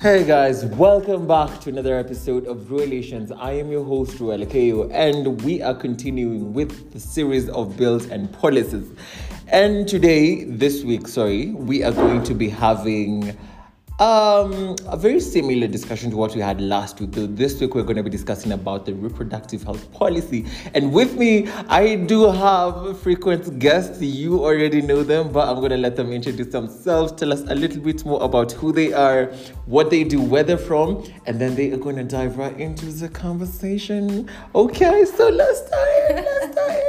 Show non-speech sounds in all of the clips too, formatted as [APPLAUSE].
Hey guys, welcome back to another episode of Relations. I am your host, Ruel Akeo, and we are continuing with the series of bills and policies. And today, this week, sorry, we are going to be having um, a very similar discussion to what we had last week. Though this week, we're going to be discussing about the reproductive health policy. And with me, I do have frequent guests. You already know them, but I'm going to let them introduce themselves, tell us a little bit more about who they are, what they do, where they're from, and then they are going to dive right into the conversation. Okay, so let's start. Let's [LAUGHS] start.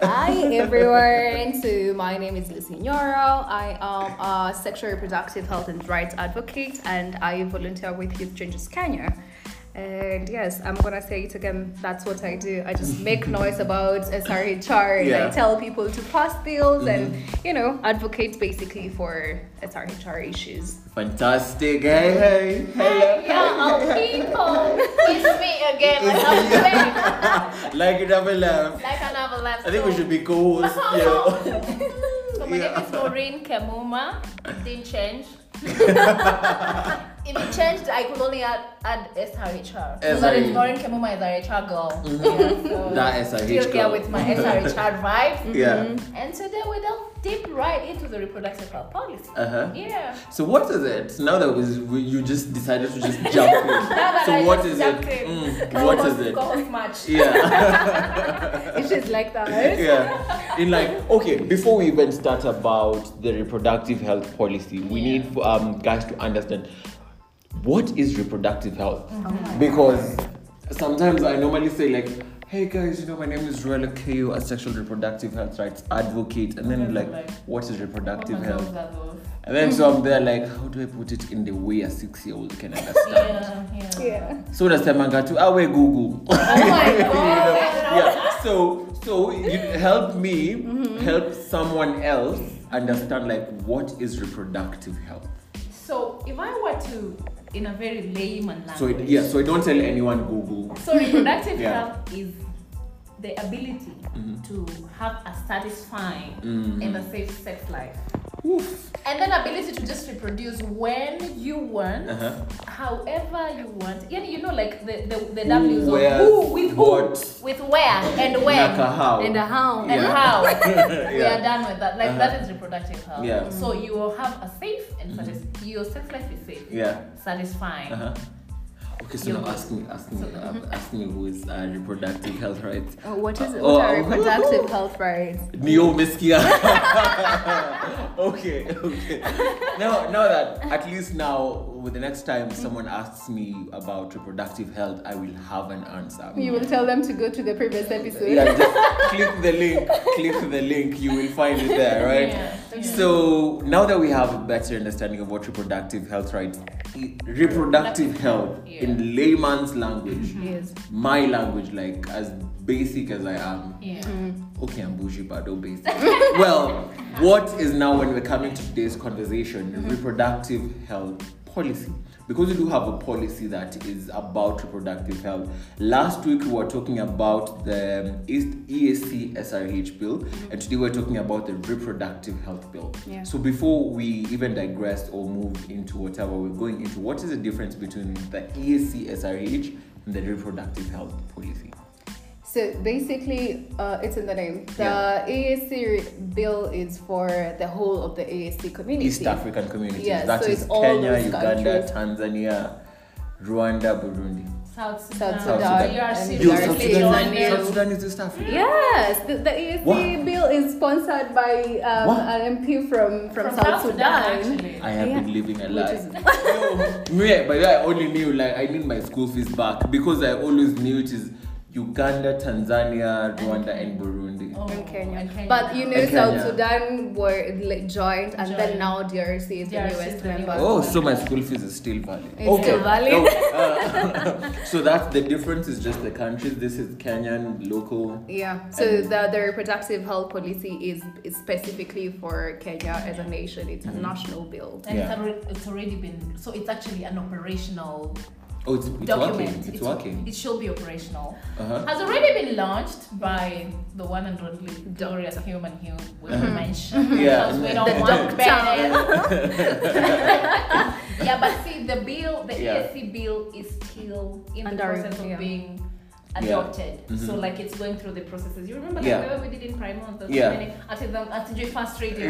Hi everyone. So my name is Lucy Nyoro. I am a sexual reproductive health and rights advocate and I volunteer with Youth Changes Kenya. And yes, I'm gonna say it again. That's what I do. I just make noise about SRHR and Yeah. Mm-hmm. I tell people to pass bills and you know advocate basically for SRHR issues. Fantastic. Hey, hey. Hello. Yeah, people. It's me again. Like, I'm [LAUGHS] back. Like you never left. like I never left. I think we so- should be [LAUGHS] co-hosts. [LAUGHS] Yeah. Yeah. So my name is Maureen Kemuma. It didn't change. if it changed, I could only add, add SRHR. So that is SRE. Maureen Kemuma is SRHR girl. Yeah, so Mm-hmm. That SRH Still here girl. with my Mm-hmm. SRHR [LAUGHS] vibes. Yeah. And today we delve deep right into the reproductive health policy. Uh-huh. Yeah. So what is it? Now that we, we, you just decided to just jump [LAUGHS] in. Now that So I what just is jumped it? in, Mm, what is co-host- it? co-host match. [LAUGHS] Yeah, it's just like that. [LAUGHS] yeah. In like, okay, before we even start about the reproductive health policy, we Yeah. need um, guys to understand what is reproductive health because sometimes I normally say like. Hey guys, you know my name is Ruela Keo, a sexual reproductive health rights advocate, and then like, Like, oh what is reproductive Woman health? knows that though. And then so I'm there like, how do I put it in the way a six-year-old can understand? Yeah, yeah. Yeah. So nasemanga tu awe Ah, Google. [LAUGHS] [LAUGHS] Oh my god. yeah. So so you help me Mm-hmm. help someone else understand like what is reproductive health. So if I were to, in a very layman language. So it, yeah. So I don't tell anyone Google. So reproductive Yeah. Mm-hmm. health is the ability to have a satisfying Mm. and a safe sex life. Oof. And then ability to just reproduce when you want, Uh-huh. however you want. Yeah, you know, like the the, the Who, W's where, of who with what, who with where and when. Naka how. And [LAUGHS] a hound. and Yeah. how we Yeah. are done with that. Like Uh-huh. that is reproductive health. Yeah. Mm-hmm. So you will have a safe and satis- your sex life is safe, Yeah. satisfying. Uh-huh. Okay. So You- now ask me, ask me, So- mm-hmm. uh, ask me who is uh, reproductive health rights. Uh, What is it? Oh, What are oh, reproductive health rights? Neo Meskia. [LAUGHS] okay, okay. Now, now that at least now, with the next time someone asks me about reproductive health, I will have an answer. You will tell them to go to the previous episode. Yeah, just click the link. Click the link. You will find it [LAUGHS] there, right? Yeah, yeah. So now that we have a better understanding of what reproductive health rights, reproductive health Yeah. in layman's language, Yes. my language, like as basic as I am, Yeah. Okay, I'm bougie, but don't base it. [LAUGHS] well, what is now when we're coming to today's conversation, reproductive health policy? Because we do have a policy that is about reproductive health. Last week we were talking about the um, East ESC SRH bill, and today we're talking about the reproductive health bill. Yeah. So before we even digress or move into whatever we're going into, what is the difference between the E ESC SRH and the reproductive health policy? So basically, uh, it's in the name. The Yeah. AAC bill is for the whole of the AAC community. East African communities. Yeah, that so is it's all Kenya, those Uganda, countries. Tanzania, Rwanda, Burundi. South Sudan. Oh, Sudan, South Sudan. DRC, You, Yo, South South Sudan is- Sudan, Tanzania. is, Sudan. South Sudan is East Africa. Yes, the, the AAC What? bill is sponsored by um, What? an MP from, from, South Sudan. actually. I have Yeah. been living a Which lie. is- Yo, [LAUGHS] me, but yeah, I only knew like I need my school fees back because I always knew it is Uganda, Tanzania, Rwanda, and Burundi. Oh, In Kenya. and But you know, And Kenya. South Sudan were like, joined, and then Joined. now DRC is the DRC is newest the new- member. Oh, so my school fees is still valid. It's still valid. [LAUGHS] Oh, uh, [LAUGHS] so that's the difference is just the countries. This is Kenyan local. Yeah, so the, the reproductive health policy is, is specifically for Kenya as a Mm-hmm. nation. It's a national bill. [LAUGHS] And Yeah. it's, already, it's already been so it's actually an operational Oh, it's, it's working. document. It's, working. It should be operational. [LAUGHS] Uh-huh. Has already been launched by the one and only glorious human who we Mhm. mentioned Yeah. because we The don't want doctor. better. [LAUGHS] yeah, but see, the bill, the Yeah. ESC bill is still in Under- the process of yeah. being Yeah. adopted. So Mhm. like it's going through the processes. You remember like Yeah. the way we did in Primo? The Yeah. At the at the fast [LAUGHS] [LAUGHS] radio.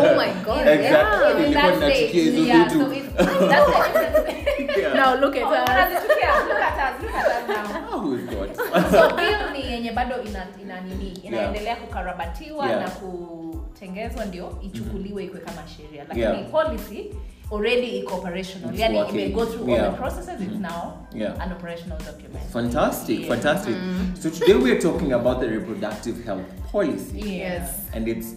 oh my god. Exactly. Yeah. Even That's when that it. kid will Yeah, do so too. it's that's the difference. [LAUGHS] Yeah. Now look at Oh, us. look at us, look at us, look at us now. Oh, God. [LAUGHS] so bill ni yenye bado ina, ina nini inaendelea kukarabatiwa Yeah. Mm-hmm. na kutengezwa ndio ichukuliwe ikwe kama sheria lakini Yeah. policy already iko operational It's yani working. ime go through all Yeah. Mm-hmm. the processes it's now Yeah. an operational document Fantastic, Yeah. fantastic. So today we are talking about the reproductive health policy yes Yes. and its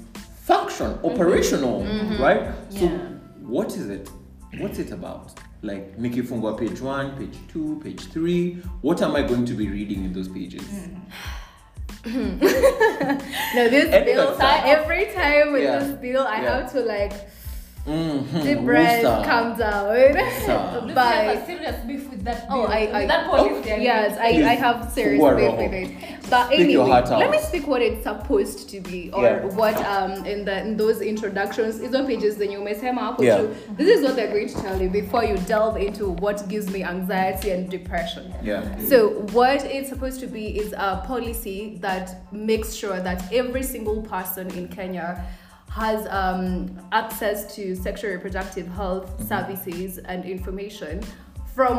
function, operational, right? So Yeah. what is it? What's it about? Like Nikifungwa page one, page two, page three. What am I going to be reading in those pages? No, this Any bill. concern? Every time with Yeah. this bill, I Yeah. have to like Mhm, deep breath, Wusa. calm down. [LAUGHS] Wusa. Look, Bye. you have a serious beef with that Oh, bill, I- with I- that policy I Oh, mean. Yes, I, I have serious Who are beef wrong? with it. But Speak your anyway, heart out. let me speak what it's supposed to be or Yeah. what um in the in those introductions, is on pages then you may say up Yeah. this is what they're going to tell you before you delve into what gives me anxiety and depression. Yeah. So what it's supposed to be is a policy that makes sure that every single person in Kenya has um, access to sexual reproductive health services and information from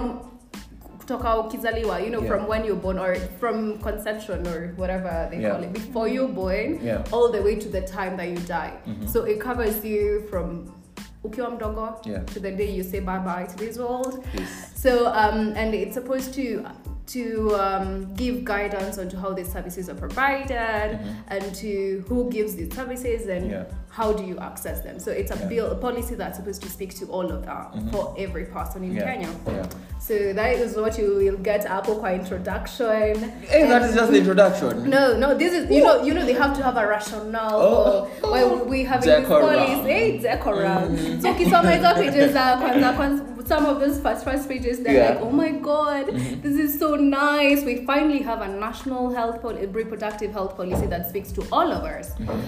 kutoka ukizaliwa, you know, Yeah. from when you're born or from conception or whatever they Yeah. call it, before you're born, Yeah. all the way to the time that you die. Mm-hmm. So it covers you from ukiwa mdogo Yeah. to the day you say bye bye to this world. Yes. So, um, and it's supposed to to um, give guidance on to how these services are provided and to who gives these services and Mm-hmm. Yeah. how do you access them. So it's a Yeah. Mm-hmm. bill a policy that's supposed to speak to all of that for every person in Yeah. Kenya. Yeah. So that is what you will get Apple qua introduction. Hey, that is just the introduction. No, no, this is you know, you know, they have to have a rationale Oh. for why would we have this Decorum. policy. Hey, decorum. Mm-hmm. So ukisoma hizo pages za kwanza kwanza, some of those first first pages they're Yeah. Mm-hmm. like, oh my god, this is so nice. We finally have a national health pol- reproductive health policy that speaks to all of us. Mm-hmm.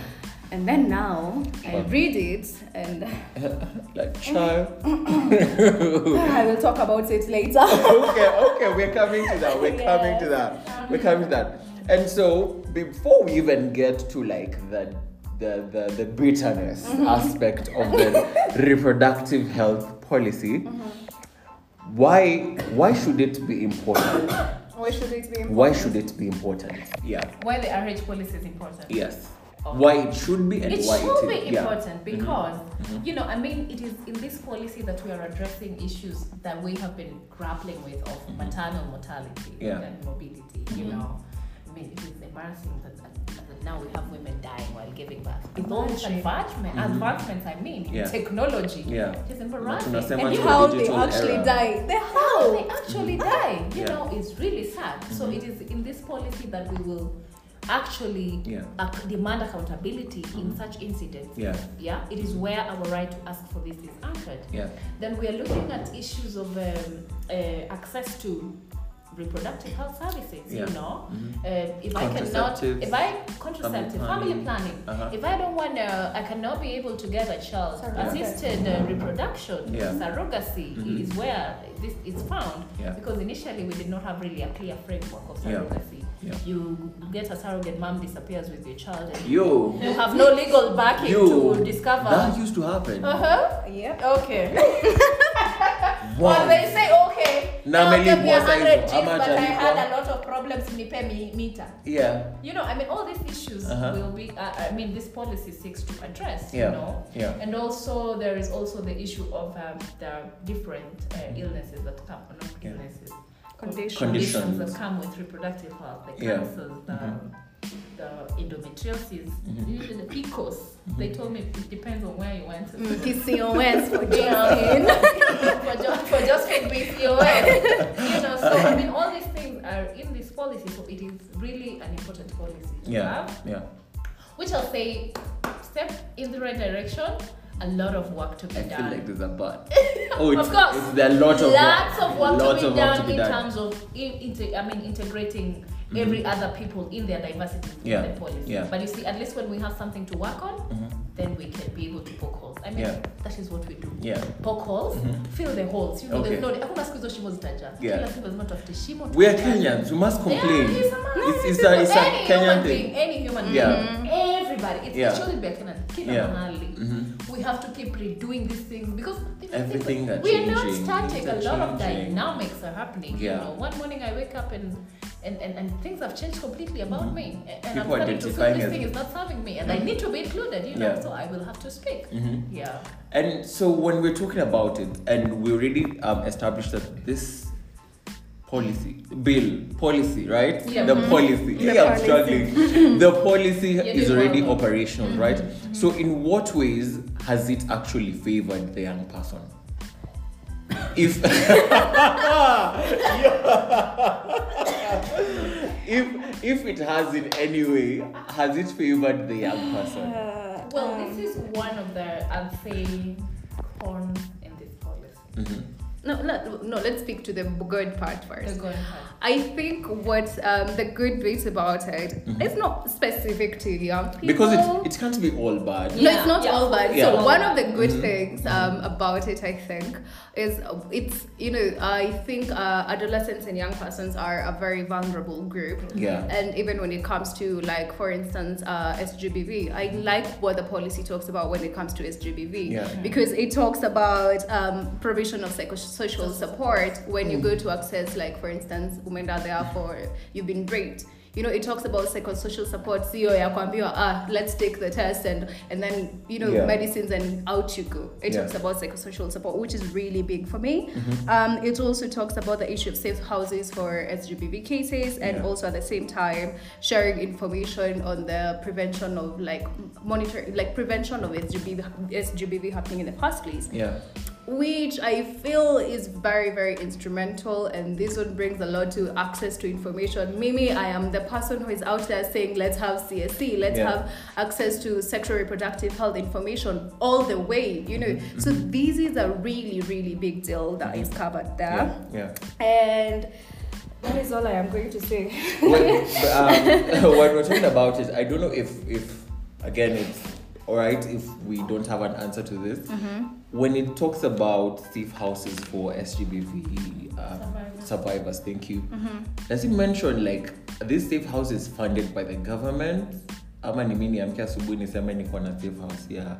And then now I Wow. read it and Like child. [LAUGHS] I will talk about it later. okay, okay, we're coming to that. We're coming to that. We're coming to that. And so before we even get to like the the the, the bitterness Mm-hmm. aspect of the reproductive health policy, Mm-hmm. why why should it be important? why should it be? Why should it be important? Yeah. why the RH policy is important Oh. Yes. Why it should be and it why should it is. be important Mm-hmm. because you know i mean it is in this policy that we are addressing issues that we have been grappling with of maternal mortality Mm-hmm. Yeah. Mm-hmm. and morbidity you know i mean it is embarrassing that, that, that now we have women dying while giving birth with all these advancements advancements i mean in Mm-hmm. Yeah. technology Yeah. it is embarrassing tunasema and tu- you have How they Digital actually era. die? They how how? they actually die you Mm-hmm. Yeah. Mm-hmm. know it's really sad so it is in this policy that we will actually Yeah. Mm-hmm. ac- demand accountability in such incidents Yeah. yeah it is where our right to ask for this is anchored Yeah. then we are looking at issues of um, uh, access to reproductive health services Yeah. you know Mm-hmm. uh, if i cannot Contraceptives, if i contraceptive family family planning. planning, Uh-huh. if i don't want to i cannot be able to get a child Surrogate. assisted uh, reproduction Yeah. surrogacy Mhm. is where this is found Yeah. because initially we did not have really a clear framework of Yeah. surrogacy Yeah. you get a surrogate mom disappears with your child and Yo. you have no legal backing Yo. to discover That used to [LAUGHS] happen. uh-huh. Yep. Okay. Wow. Well, they say okay. Na Now give me amelipwa saizo. 100 G's, Ama but I had hajalipwa. a lot of problems. Nipe mi meter. Yeah. You know, I mean, all these issues Uh-huh. will be. Uh, I mean, this policy seeks to address. Yeah. You know. Yeah. And also, there is also the issue of um, the different uh, illnesses that come, not Yeah. illnesses, Conditions. Conditions. that come with reproductive health, the Yeah. cancers, the, Mhm. the endometriosis, Mhm. usually PCOS. They Mm-hmm. told me it depends on where you went. to. Mm, PCOS for Yeah. Justin. [LAUGHS] for just for just for BCOS. you know, so I mean, all these things are in this policy, so it is really an important policy to Yeah. have, Yeah. which I'll say step in the right direction. a lot of work to be I feel done. like there's a [LAUGHS] but. Oh, it's, Of course. it's there are a lot of lots work, of work lots to of be work done to be in done. Mm-hmm. terms of in, inte- I mean integrating every other people in their diversity in Yeah. the policy. Yeah. But you see, at least when we have something to work on, Mm-hmm. then we can be able to poke holes. I mean, Yeah. that is what we do. Yeah. Poke holes, fill the holes. You know, Mhm. Okay. there's no. Hakuna siku hizo shimo zitaja. Yeah. Kila siku lazima tutafute shimo. We are tutajaza. Kenyans. We must Yeah, complain. it's a man. It's- it's It's a- it's a any Kenyan human thing. being, any human Yeah. being, everybody. It's, Yeah. It shouldn't be a Kenyan. Kila Yeah. Mm-hmm. mahali. We have to keep redoing these things because things are Everything different. are we are not changing, static. things are A lot of changing. dynamics are happening. Yeah. You know, one morning I wake up and and, and, and things have changed completely about me, and Mm-hmm. People are I'm starting to feel identifying this as- Mm-hmm. thing is not serving me, and I need to be included. You know, Yeah. Mm-hmm. so I will have to speak. Yeah. And so when we're talking about it, and we already um, established that this policy, bill, policy, right? Yeah. The policy. Mm-hmm. The yeah, I'm policy. [LAUGHS] struggling. the policy Yeah, is the already one. operational, Mm-hmm. right? So in what ways has it actually favored the young person? If [LAUGHS] if if it has in any way, has it favored the young person? Uh, Well, um, this is one of the I'd say cons in this policy. no, no, no. Let's speak to the good part first. The going hard. I think what um, the good bit about it, it's not specific to young people. Mm-hmm. Because it it can't be all bad. No, Yeah, it's not yeah. all bad. Yeah. Mm-hmm. So one of the good things um, about it, I think, is uh, it's you know I think uh, adolescents and young persons are a very vulnerable group. Yeah. And even when it comes to like, for instance, uh, SGBV, I like what the policy talks about when it comes to SGBV Yeah. because it talks about um, provision of psychosocial support when Mm. you go to access, like for instance, umeenda there for you've been raped. You know, it talks about psychosocial support. Sio ya kuambiwa, ah, let's take the test and and then you know Yeah. medicines and out you go. It Yeah. Mm-hmm. talks about psychosocial support, which is really big for me. Um, it also talks about the issue of safe houses for SGBV cases and Yeah. also at the same time sharing information on the prevention of like m- monitoring, like prevention of SGBV, SGBV happening in the first place, Yeah. which I feel is very, very instrumental. And this one brings a lot to access to information. Mimi, I am the person who is out there saying, let's have CSE, let's Yeah. have access to sexual reproductive health information all the way, you know. Mm-hmm. So this is a really, really big deal that is covered there. Yeah. yeah. And that is all I am going to say. when, um, [LAUGHS] when we're talking about it, I don't know if if again it's all right if we don't have an answer to this. Mm-hmm. When it talks about safe houses for SGBV uh, Survivors. Mm-hmm. survivors, thank you. Does it mention like this safe house is funded by the government? ama ni mimi niamke asubuhi niseme niko na safe house yeah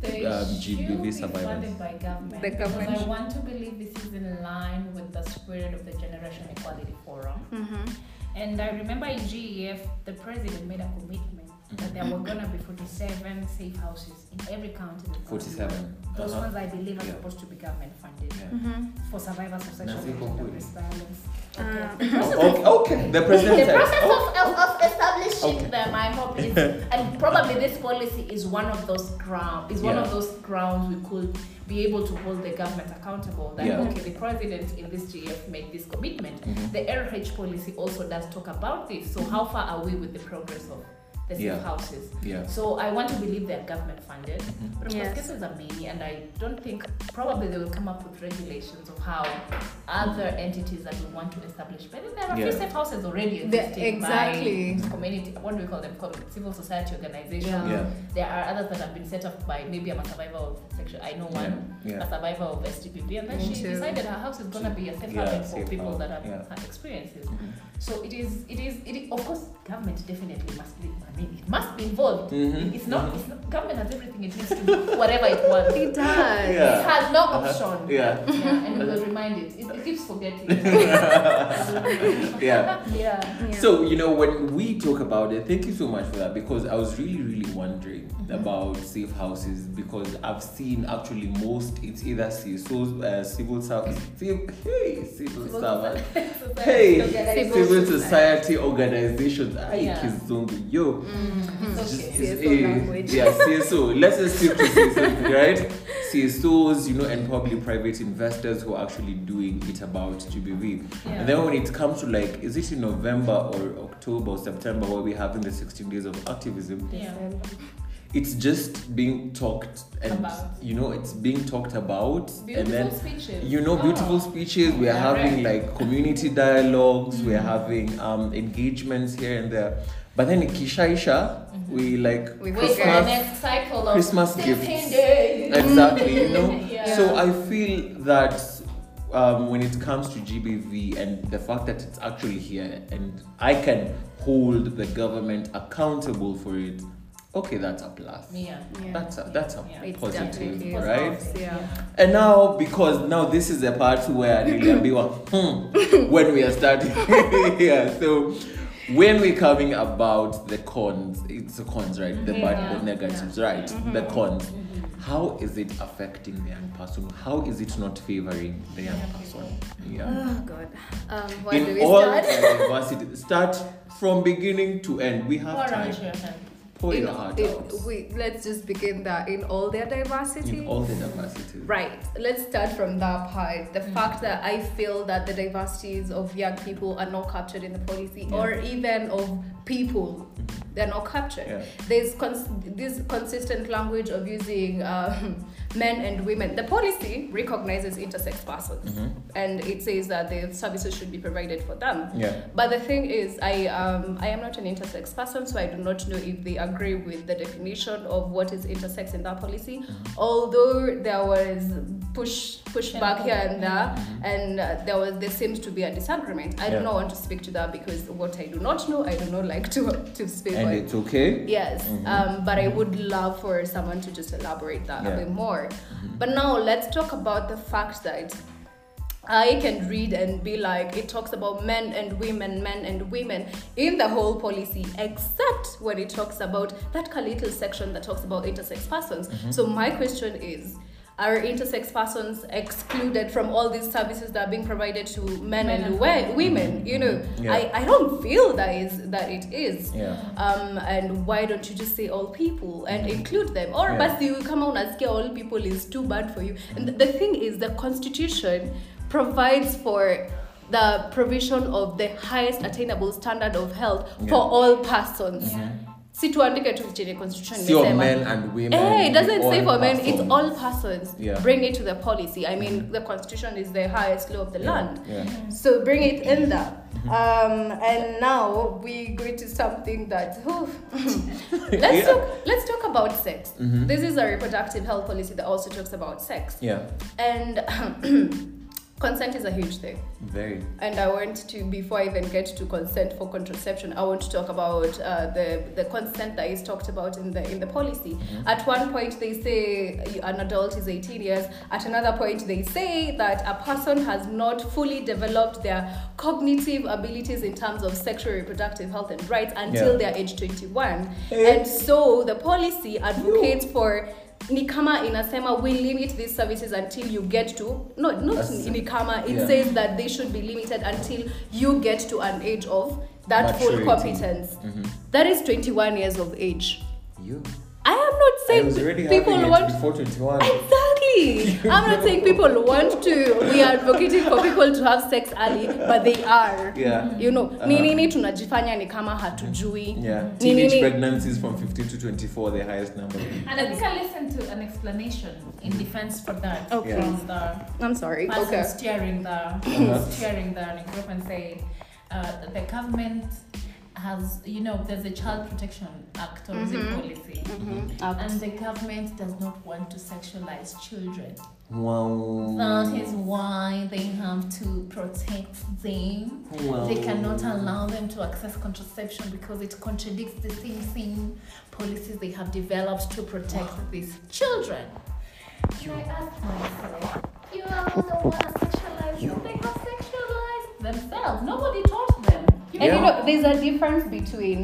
They um, should GBV be survivors. funded by government. The government Because I should- want to believe this is in line with the spirit of the Generation Equality Forum. And I remember in GEF, the president made a commitment Mm-hmm. that there were going to be 47 safe houses in every county. in the country. 47 Those Uh-huh. ones I believe are Yeah. supposed to be government funded Yeah. Mm-hmm. for survivors of sexual Nazi and Kokwe. gender-based violence. Uh, Ah. Okay. The process of- Oh, okay, okay the the president said "Oh." process of, of, of establishing Okay. them, I hope, [LAUGHS] is, and probably this policy is one of those ground is one Yeah. of those grounds we could be able to hold the government accountable. That Yeah. okay, the president in this GF made this commitment. Mm-hmm. The RH policy also does talk about this. So how far are we with the progress of the safe Yeah. houses? yeah Mm-hmm. So I want to believe they're government funded, but of Yes. course cases are many, and I don't think probably they will come up with regulations of how other entities that we want to establish. But then there are a few Yeah. safe houses already The- existing exactly. by community. What do we call them? Com- Civil society organizations. Yeah. yeah There are others that have been set up by maybe I'm a survivor of sexual. I know yeah one. A yeah survivor of STPB, and then Me she too. decided her house is gonna be a safe Yeah, haven for safe people house, that have yeah. had experiences. Mhm. So it is, it is, it is, of course, government definitely must be, I mean, it must be involved. Mhm. It's, not, it's not, government has everything it needs to do, whatever it wants. It does. [LAUGHS] Yeah. It has no Uh-huh. option. yeah Yeah, and we'll remind it. It, it keeps [LAUGHS] forgetting. yeah. Yeah. Yeah. So, you know, when we talk about it, thank you so much for that because I was really, really wondering Mm-hmm. about safe houses because I've seen actually most, it's either CSOs, uh, civil service, civ- hey, civil Civil service, So that- hey, so that- Civil civil society. society organizations, ay, Yeah. kizungu, yo. Mm-hmm. it's Just- okay. it's CSO a- language. Yeah, CSO. Let's just stick to CSOs, [LAUGHS] right? CSOs, you know, and probably private investors who are actually doing it about GBV. Yeah. And then when it comes to like, is it in November or October or September where we're having the 16 days of activism? Yeah. it's just being talked and About. you know it's being talked about and Beautiful then speeches. you know beautiful Oh. speeches we are Yeah, Mm-hmm. having like community dialogs we're having um engagements here and there but then ikishaisha Mm-hmm. we like We Wait for the Christmas- next cycle of Christmas 16 gifts. days. exactly you know [LAUGHS] Yeah. so i feel that um, when it comes to gbv and the fact that it's actually here and i can hold the government accountable for it okay that's a plus Yeah. that's a, that's a Yeah. It's positive definitely right positive. Yeah. and now because now this is the part where niliambiwa hmm, when we are starting [LAUGHS] yeah so when we're coming about the cons it's the cons right the bad Yeah. the negatives right the cons how is it affecting the young person how is it not favoring the young person yeah Oh God. Um, where do in we all start? diversity start from beginning to end we have All time right, your turn. pour In- your heart in- out we, let's just begin that in all their diversity. in all the diversity Right. Let's start from that part. The fact that I feel that the diversities of young people are not captured in the policy, Yeah. or even of people, they're not captured. Yeah. There's cons- this consistent language of using uh, [LAUGHS] men and women. The policy recognizes intersex persons, Mm-hmm. and it says that the services should be provided for them. yeah But the thing is, I um, I am not an intersex person, so I do not know if they agree with the definition of what is intersex in that policy. Although there was push pushback here and there, and uh, there was there seems to be a disagreement. I do Mm-hmm. Yeah. not want to speak to that because what I do not know, I do not like to to speak and on. it's okay Yes, Mm-hmm. um, but I would love for someone to just elaborate that Yeah. Mm-hmm. a bit more. But now let's talk about the fact that I can read and be like, it talks about men and women, men and women in the whole policy, except when it talks about that little section that talks about intersex persons. Mm-hmm. So, my question is. Are intersex persons excluded from all these services that are being provided to men, Men and and we- women? You know, Mm-hmm. Yeah. I, I don't feel that is that it is yeah um, and why don't you just say all people and include them or Mm-hmm. Yeah. basi you come out and say all people is too bad for you and th- the thing is the constitution provides for the provision of the highest attainable standard of health Yeah. for all persons si tuandike tu chini constitution See your imesema. men and women. Eh, it doesn't we all say for men, it's perform. all persons. Yeah. Bring it to the policy. I mean, the constitution is the highest law of the Yeah, land. yeah. So bring it in there. Mm-hmm. Um, and now we go to something that whew. [LAUGHS] let's Yeah. Mm-hmm. talk. Let's talk about sex. This is a reproductive health policy that also talks about sex, Yeah, and [CLEARS THROAT] consent is a huge thing. very. And I want to, before I even get to consent for contraception, I want to talk about uh, the the consent that is talked about in the in the policy. Mm-hmm. At one point, they say an adult is 18 years. At another point, they say that a person has not fully developed their cognitive abilities in terms of sexual reproductive health and rights until Yeah. they are age 21. Eh. And so the policy advocates for ni kama inasema we limit these services until you get to no not That's- ni kama it yeah. says says that they should be limited until you get to an age of that Maturity. full competence. That is 21 years of age. Mm-hmm. You. I am not I saying was already people having want it before 21. [LAUGHS] exactly. I'm not saying people want to. We are advocating for people to have sex early, but they are. Yeah. You know, Uh-huh. ni nini tunajifanya ni kama hatujui. Yeah. Ni Teenage nini- pregnancies from 15 to 24, the highest number. And I think I listened to an explanation in defense for that Okay. Yeah. from the I'm sorry. person Okay. steering the Uh-huh. steering the group and say uh, the government has you know there's a child protection act or is it Mhm. policy Act. and the government does not want to sexualize children Wow. that is why they have to protect them Wow. they cannot allow them to access contraception because it contradicts the same thing policies they have developed to protect these children. And I ask myself, you are the one that sexualized them. They have sexualized themselves. Nobody taught them. You And Yeah. you know, there's a difference between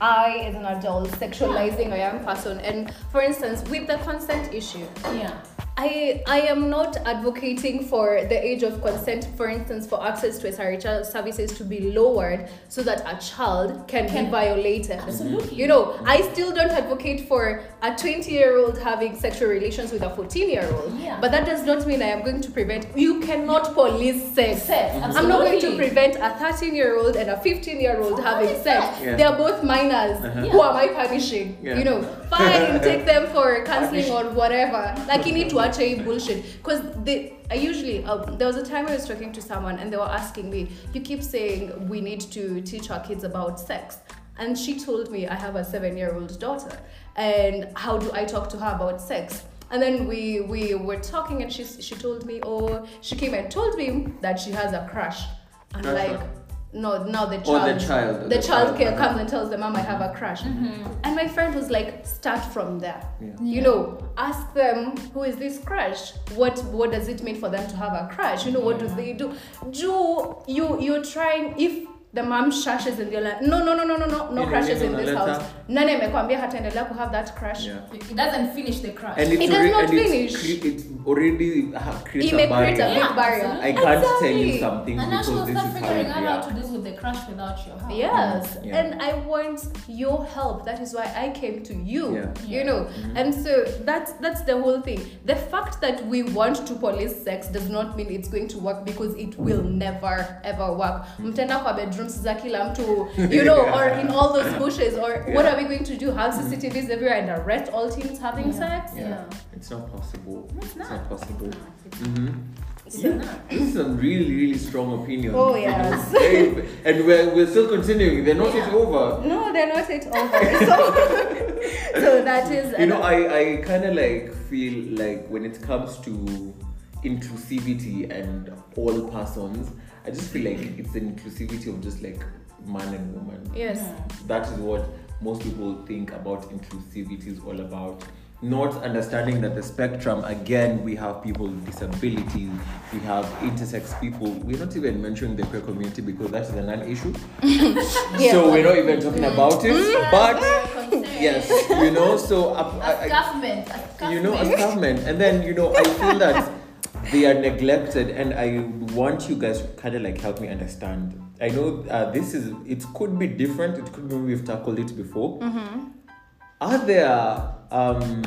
I, as an adult, sexualizing a young person, and for instance, with the consent issue, know- yeah. I I am not advocating for the age of consent, for instance, for access to SRH services to be lowered so that a child can, be Can- violated. Absolutely. You know, I still don't advocate for a 20 year old having sexual relations with a 14 year old. Yeah. But that does not mean I am going to prevent. You cannot police sex. Sex, Mm-hmm. I'm not going to absolutely. prevent a 13 year old and a 15 year old From having having sex. sex. Yeah. They are both minors. Uh-huh. Who Yeah. am I punishing? Yeah. You know, [LAUGHS] time take them for counseling or whatever like you need to actually bullshit because they i usually um, there was a time i was talking to someone and they were asking me you keep saying we need to teach our kids about sex and she told me i have a seven year old daughter and how do i talk to her about sex and then we we were talking and she she told me oh she came and told me that she has a crush and Crush like on- no now the Or child the child. the child care uh-huh. comes and tells the mom I have a crush. And my friend was like, start from there. Yeah. You know, ask them who is this crush? What what does it mean for them to have a crush? You know, what do they do? Do you you're trying if the mom shushes and you're like, no no no no no no no Ile crushes in neno this unaleta. house. Nani amekwambia hataendelea ku have that crush? Yeah. It doesn't finish the crush. And it's It does already, not and It's, finish. cre- it's already ha- creates It a may create a barrier. big Yeah, barrier. absolutely. I can't tell you Exactly. something and now because she'll this is start how I figuring out how react. to deal with the crush without your help. Yes, Oh, Yeah. and I want your help. That is why I came to you. Yeah. Mm-hmm. You know, and so that's that's the whole thing. The fact that we want to police sex does not mean it's going to work because it will never ever work. Mm-hmm. Mtenda kwa bedrooms za kila [LAUGHS] mtu, you know, or in all those bushes, or what Yeah. Mm-hmm. are we going to do? Have CCTVs everywhere and arrest all teens having sex? Yeah. Yeah. It's not possible. No, it's not. possible. Mm-hmm. It's hmm not. This is some really, really strong opinion. Oh, yes. [LAUGHS] and we're, we're still continuing. They're not yet over. No, they're not at [LAUGHS] over. So, so that is You know, I, I kind of like feel like when it comes to inclusivity and all persons, I just feel like it's an inclusivity of just like man and woman. yes. That is what most people think about inclusivity is all about. Not understanding that the spectrum, again, we have people with disabilities, we have intersex people. We're not even mentioning the queer community because that is a non issue. Yeah. So we're not even talking about Mm-hmm. it. But yes, you know, so uh, I, I- I- As government, as you know, as government. government. And then, you know, I feel that they are neglected, and I want you guys to kind of like help me understand. I know uh, this is, it could be different, it could be we've tackled it before. Are there, um,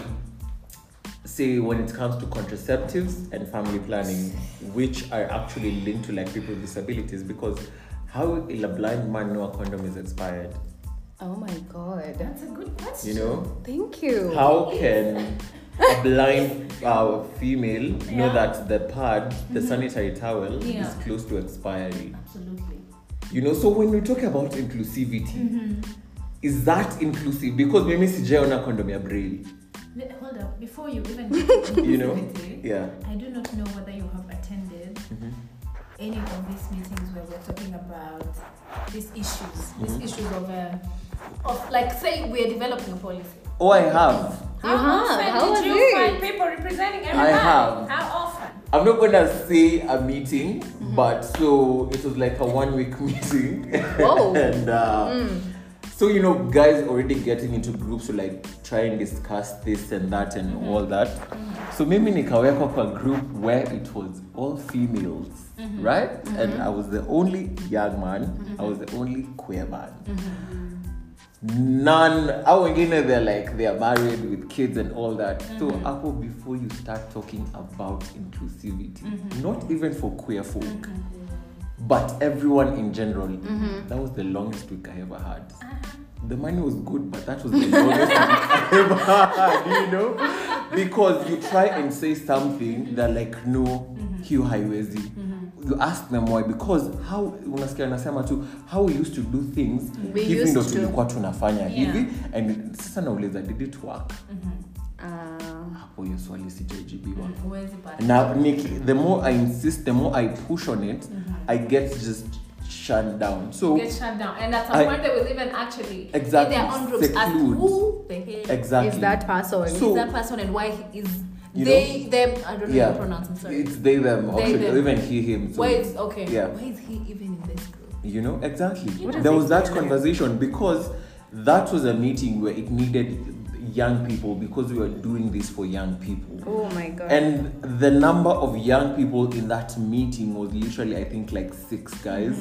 say, when it comes to contraceptives and family planning, which are actually linked to like people with disabilities? Because how will a blind man know a condom is expired? Oh my god. That's a good question. You know? Thank you. How can a blind uh, female know Yeah. that Mm-hmm. the pad, the sanitary towel, Yeah. is close to expiry? Absolutely. You know, so when we talk about inclusivity, Mm-hmm. is that inclusive? Because maybe sijaona condom ya braille, Wait, hold up. Before you [LAUGHS] even get you [LAUGHS] know? into it, Yeah. I do not know whether you have attended Mm-hmm. any of these meetings where we're talking about these issues, these Mm-hmm. issues of, uh, of like say we're developing a policy. Oh, I have. How have? often How did was you it? find people representing everyone? have. How often? I'm not gonna say a meeting, but so it was like a one week [LAUGHS] meeting. Whoa. [LAUGHS] and uh, so, you know, guys already getting into groups to like try and discuss this and that and all that. So, mimi nikawekwa kwa group where it was all females, right? And I was the only young man, I was the only queer man. None, our wengine they're like they're married with kids and all that. So, Mm-hmm. Apple, before you start talking about inclusivity, Mm-hmm. not even for queer folk, but everyone in general, Mm-hmm. that was the longest week I ever had. Uh-huh. The money was good, but that was the longest week I ever had, you know? Because you try and say something, they're like, no, Mm-hmm. hiyo haiwezi. You ask them why because how unasikia anasema tu how we used to do things We hivi used ndo to. tulikuwa tunafanya Yeah. Mm-hmm. hivi and sasa nauliza did it work Uh, hapo hiyo swali sijaijibiwa Huwezi pata. now Nikki, the more I insist, the more I push on it, I get just shut down. So Mm-hmm. Get shut down. And at some I- point they will even actually Exactly. in their own groups ask Seclude. who the hell exactly, Is that person? So- is that person and why he is You they them I don't know yeah, how to pronounce I'm sorry. it's they them or They, should them. even he him. So, why is okay Yeah. why is he even in this group? you know exactly. What is There was it? that conversation because that was a meeting where it needed young people because we were doing this for young people. oh my god. And the number of young people in that meeting was literally, I think, like six guys.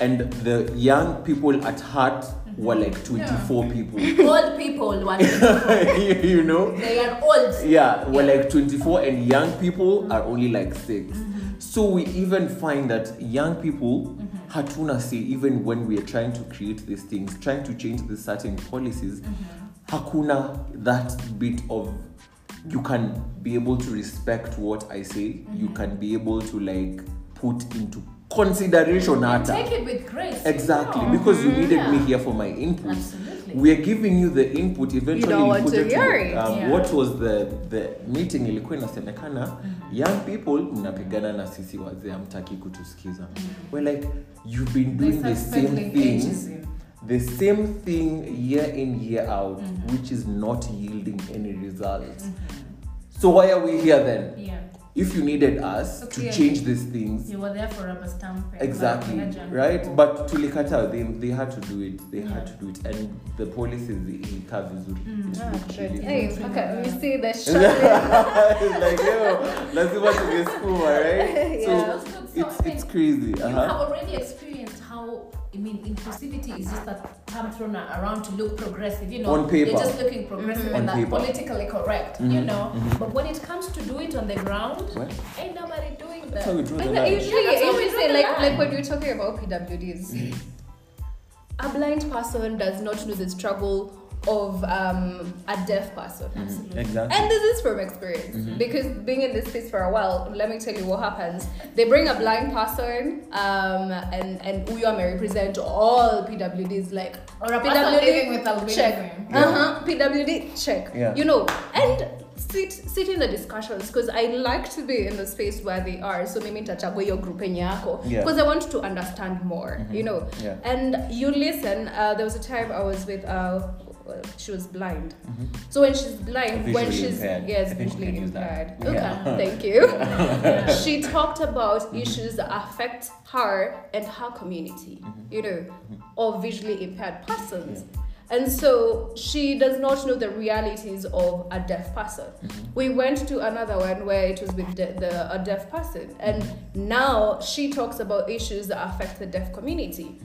And the young people at heart were like 24 people. old people one [LAUGHS] you know? they are [LAUGHS] old Yeah, we're like 24, and young people are only like 6 So we even find that young people, hatuna say, even when we are trying to create these things, trying to change the certain policies, hakuna that bit of you can be able to respect what i say you can be able to like put into consideration hata Take it with grace. Exactly, you know. because you needed me yeah. here for my input. Absolutely. We are giving you the input eventually. don't want ilikuja to hear it. Um, Yeah. What was the the meeting ilikuwa inasemekana young people mnapigana na sisi wazee hamtaki kutusikiza. We're like you've been They're doing the same suspending thing. ageism. The same thing year in year out Mm-hmm. which is not yielding any results. So why are we here then? Yeah. If you needed us So to clearly- change these things You were there for rubber stamping. but exactly we had young people. right but tulikata they, they had to do it they had Yeah. to do it and the policies ilikaa vizuri It Ah, looked good. really Hey, good. okay, you see the It's [LAUGHS] like yo lazima tungesukuma right [LAUGHS] Yeah. so it's, it's crazy You uh-huh. have already experienced how I mean inclusivity is just a term thrown around to look progressive, you know. On paper. They're just looking progressive Mhm. Mm-hmm. and On are paper. Mm-hmm. politically correct, you know. But when it comes to do it on the ground, What? ain't nobody doing that. that's how we draw the But line usually, Yeah, that's how we usually draw say, the like, line. like when we're talking about PWDs, a blind person does not know the struggle of um, a deaf person. Mm-hmm. Absolutely. exactly And this is from experience because being in this space for a while, let me tell you what happens. They bring a blind person, um, and and Uyam represent all PWDs, like Or a person PWD living with albinism. check, uh huh, PWD check. Yeah. You know, and sit sit in the discussions because I like to be in the space where they are. So mimi nitachagua hiyo group yenye yako Yeah. Mm-hmm. because I want to understand more. You know, Yeah. and you listen. Uh, there was a time I was with. Uh, she was blind. So when she's blind, when Mm-hmm. Visually she's impaired. yes, I think she visually can use that. impaired. Okay, Yeah. thank you. Yeah. she talked about issues that affect her and her community, you know, or visually impaired persons. And so she does not know the realities of a deaf person. We went to another one where it was with de- the, a deaf person, and now she talks about issues that affect the deaf community.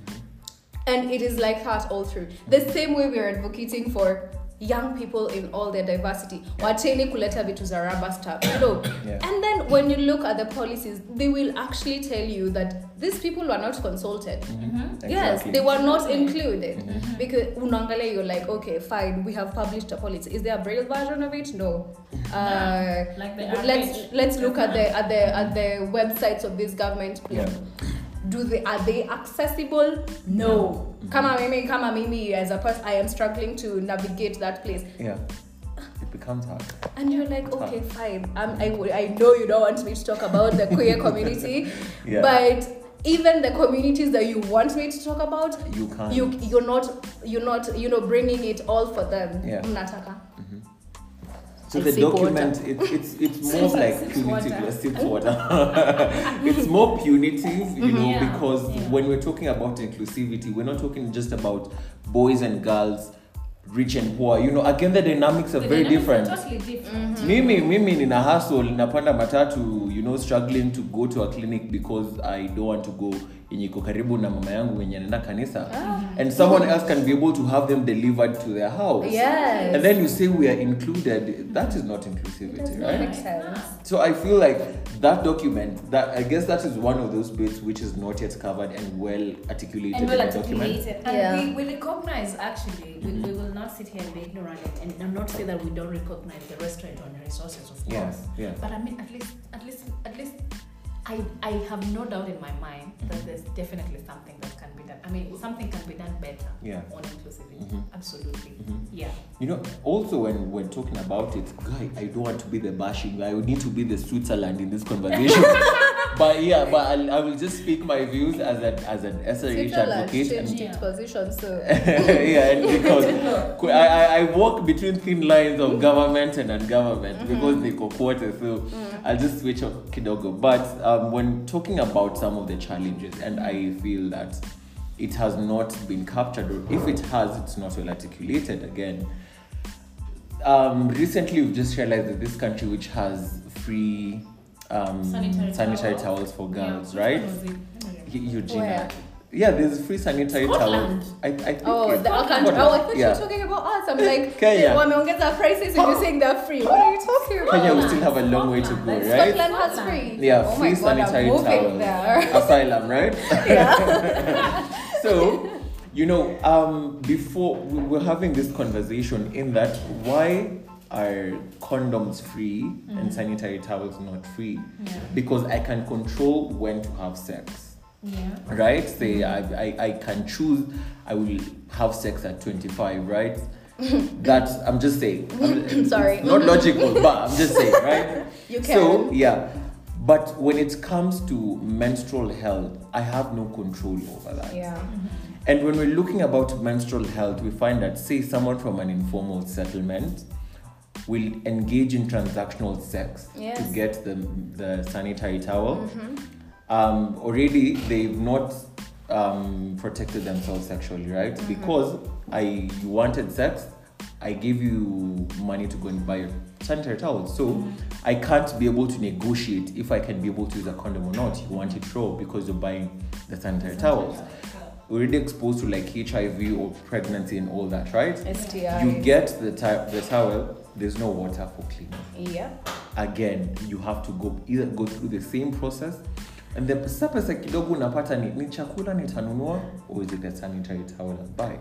And it is like that all through. The same way we are advocating for young people in all their diversity. Wateni kuleta vitu za rubber stamp, you know. Yeah. And then when you look at the policies, they will actually tell you that these people were not consulted. Mm-hmm. Yes, Exactly. they were not included because unangalia you're like, okay, fine, we have published a policy. Is there a braille version of it? No. Uh, Like the let's average let's look at the at the at the websites of this government. Please. Yeah. Do they are they accessible? No. Kama mimi, kama mimi as a person, I am struggling to navigate that place. yeah it becomes hard And you're like, okay, fine. Um, I, w- I know you don't want me to talk about [LAUGHS] the queer community, Yeah. but even the communities that you want me to talk about, you can't you you're not you're not you know bringing it all for them. Yeah. Mnataka. So I the sip water. document, it, it's [LAUGHS] it's more Sip- like sips punitive. water. Water. [LAUGHS] water. [LAUGHS] it's more punitive, you know, Mm-hmm. Yeah, because yeah. when we're talking about inclusivity, we're not talking just about boys and girls, rich and poor. You know, again, the dynamics are The very dynamics are different. Mm-hmm. Totally different. Mimi, mimi nina hustle, napanda matatu, you know, struggling to go to a clinic because I don't want to go yenye iko karibu na mama yangu wenye anaenda kanisa. Mm-hmm. Ah. And someone else can be able to have them delivered to their house. Yes. Oh. And then you say we are included. That is not inclusivity, Does Mm-hmm. not right? make sense. So I feel like that document, that I guess that is one of those bits which is not yet covered and well articulated and well in the document. articulated. Yeah. And we, we recognize actually, we, we will not sit here and be ignorant and, and not say that we don't recognize the restaurant on resources, of Yeah, course. yeah. But I mean, at least, at least, at least, I, I have no doubt in my mind that Mm-hmm. there's definitely something that can be done. I mean, something can be done better Yeah. on inclusivity. Mhm. Absolutely. Mhm. Yeah. You know, also when we're talking about it, guy, I don't want to be the bashing. I would need to be the Switzerland in this conversation. but yeah, but I'll, I will just speak my views as an as an SRH Switzerland advocate. changed And, its Yeah. position, so [LAUGHS] yeah, and because qu- I, I, I walk between thin lines of government and ungovernment Mm-hmm. because they co quarter, so Mm. I'll just switch up kidogo. But um, when talking about some of the challenges, and I feel that it has not been captured, or if it has, it's not well articulated again um, recently we've just realized that this country which has free um, Sanitary towels. towels for girls, Yeah. right? That was it. Y- Eugenia. Where? Yeah, there's free sanitary Scotland. towels. I, I think oh, it's- the our country. Scotland. Oh, I thought you yeah. were talking about us. I'm like, [LAUGHS] Kenya. wameongeza prices and you're saying they're free. What are you talking about? Kenya, we still have a long way to go, Scotland. right? Scotland has free. Yeah, oh free my God, sanitary I'm moving towels. There. Asylum, right? [LAUGHS] so You know, um, before we were having this conversation in that why are condoms free and sanitary towels not free? Yeah. Because I can control when to have sex. Yeah. Right? Say I, I, I can choose I will have sex at 25, right? That's I'm just saying. I'm- [LAUGHS] [LAUGHS] Sorry. it's Not logical, but I'm just saying, right? You So can. yeah. But when it comes to menstrual health, I have no control over that. yeah. And when we're looking about menstrual health, we find that, say, someone from an informal settlement will engage in transactional sex Yes. Mm-hmm. to get the, the sanitary towel. Um, already, they've not um, protected themselves sexually, right? Because I you wanted sex, I gave you money to go and buy a sanitary towel. So I can't be able to negotiate if I can be able to use a condom or not. You want it raw because you're buying the sanitary towels already exposed to like HIV or pregnancy and all that, right? STI. You get the ti- the towel. There's no water for cleaning. yeah. Again, you have to go either go through the same process, and the pesa pesa kidogo unapata ni, ni chakula nitanunua or is it a sanitary towel and buy?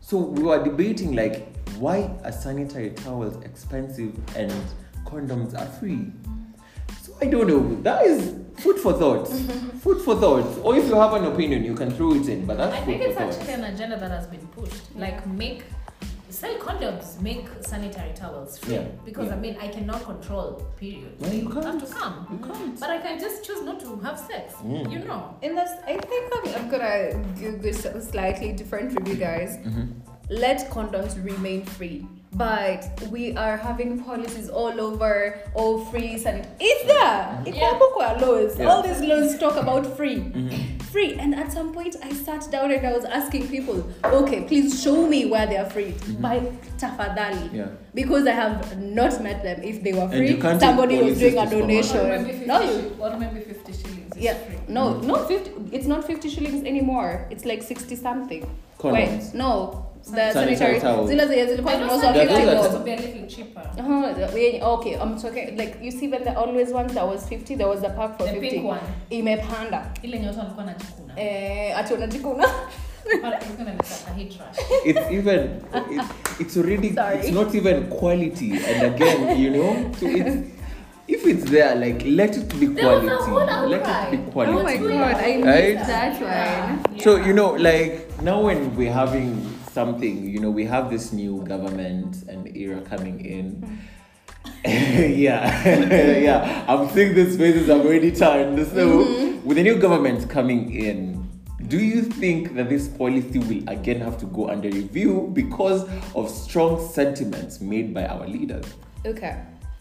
So we were debating like why are sanitary towels expensive and condoms are free? So I don't know. That is food for [LAUGHS] thought. food for thought. Or if you have an opinion, you can throw it in. But that's I food think for it's thought. actually an agenda that has been pushed. Like make sell condoms, make sanitary towels free. Yeah, Because yeah. I mean I cannot control period. No, you have can't. to come. You can't. But I can just choose not to have sex. Mm. You know. In this, I think I'm, I'm gonna do this slightly different from you guys. Mm-hmm. Let condoms remain free, but we are having policies all over, all free, and it's there. It Yeah. yeah. Mm-hmm. laws. Yeah. Mm-hmm. All these laws talk about free, free. And at some point, I sat down and I was asking people, okay, please show me where they are free Mm-hmm. by tafadhali. Yeah. Because I have not met them. If they were And free, you can't take somebody was policies doing a to forward. donation. No, you or maybe fifty shillings is yeah, free. no, no, fifty. It's not fifty shillings anymore. It's like sixty something. Condoms. Wait, no, the Sanitary sanitary. towels. Zile zenye I zilikuwa know zinauzwa some They're kila those leo. that- to be a little cheaper. Uh-huh, the- yeah, okay, I'm talking like you see when the always ones that was 50 there was a pack for The 50. pink one. Imepanda. Ile nyoto alikuwa anachukuna. Eh, ati unajikuna. But it's gonna be such a hate rush. it's even it, it's already Sorry. it's not even quality and again you know so it's if it's there like let it be There was quality a whole let it outcry. be quality Oh my god, I missed Right? that one. Yeah. so you know like now when we're having something you know we have this new government and era coming in Mm-hmm. [LAUGHS] yeah yeah i'm seeing these faces i've already turned so Mm-hmm. with the new government coming in do you think that this policy will again have to go under review because of strong sentiments made by our leaders [LAUGHS] Okay.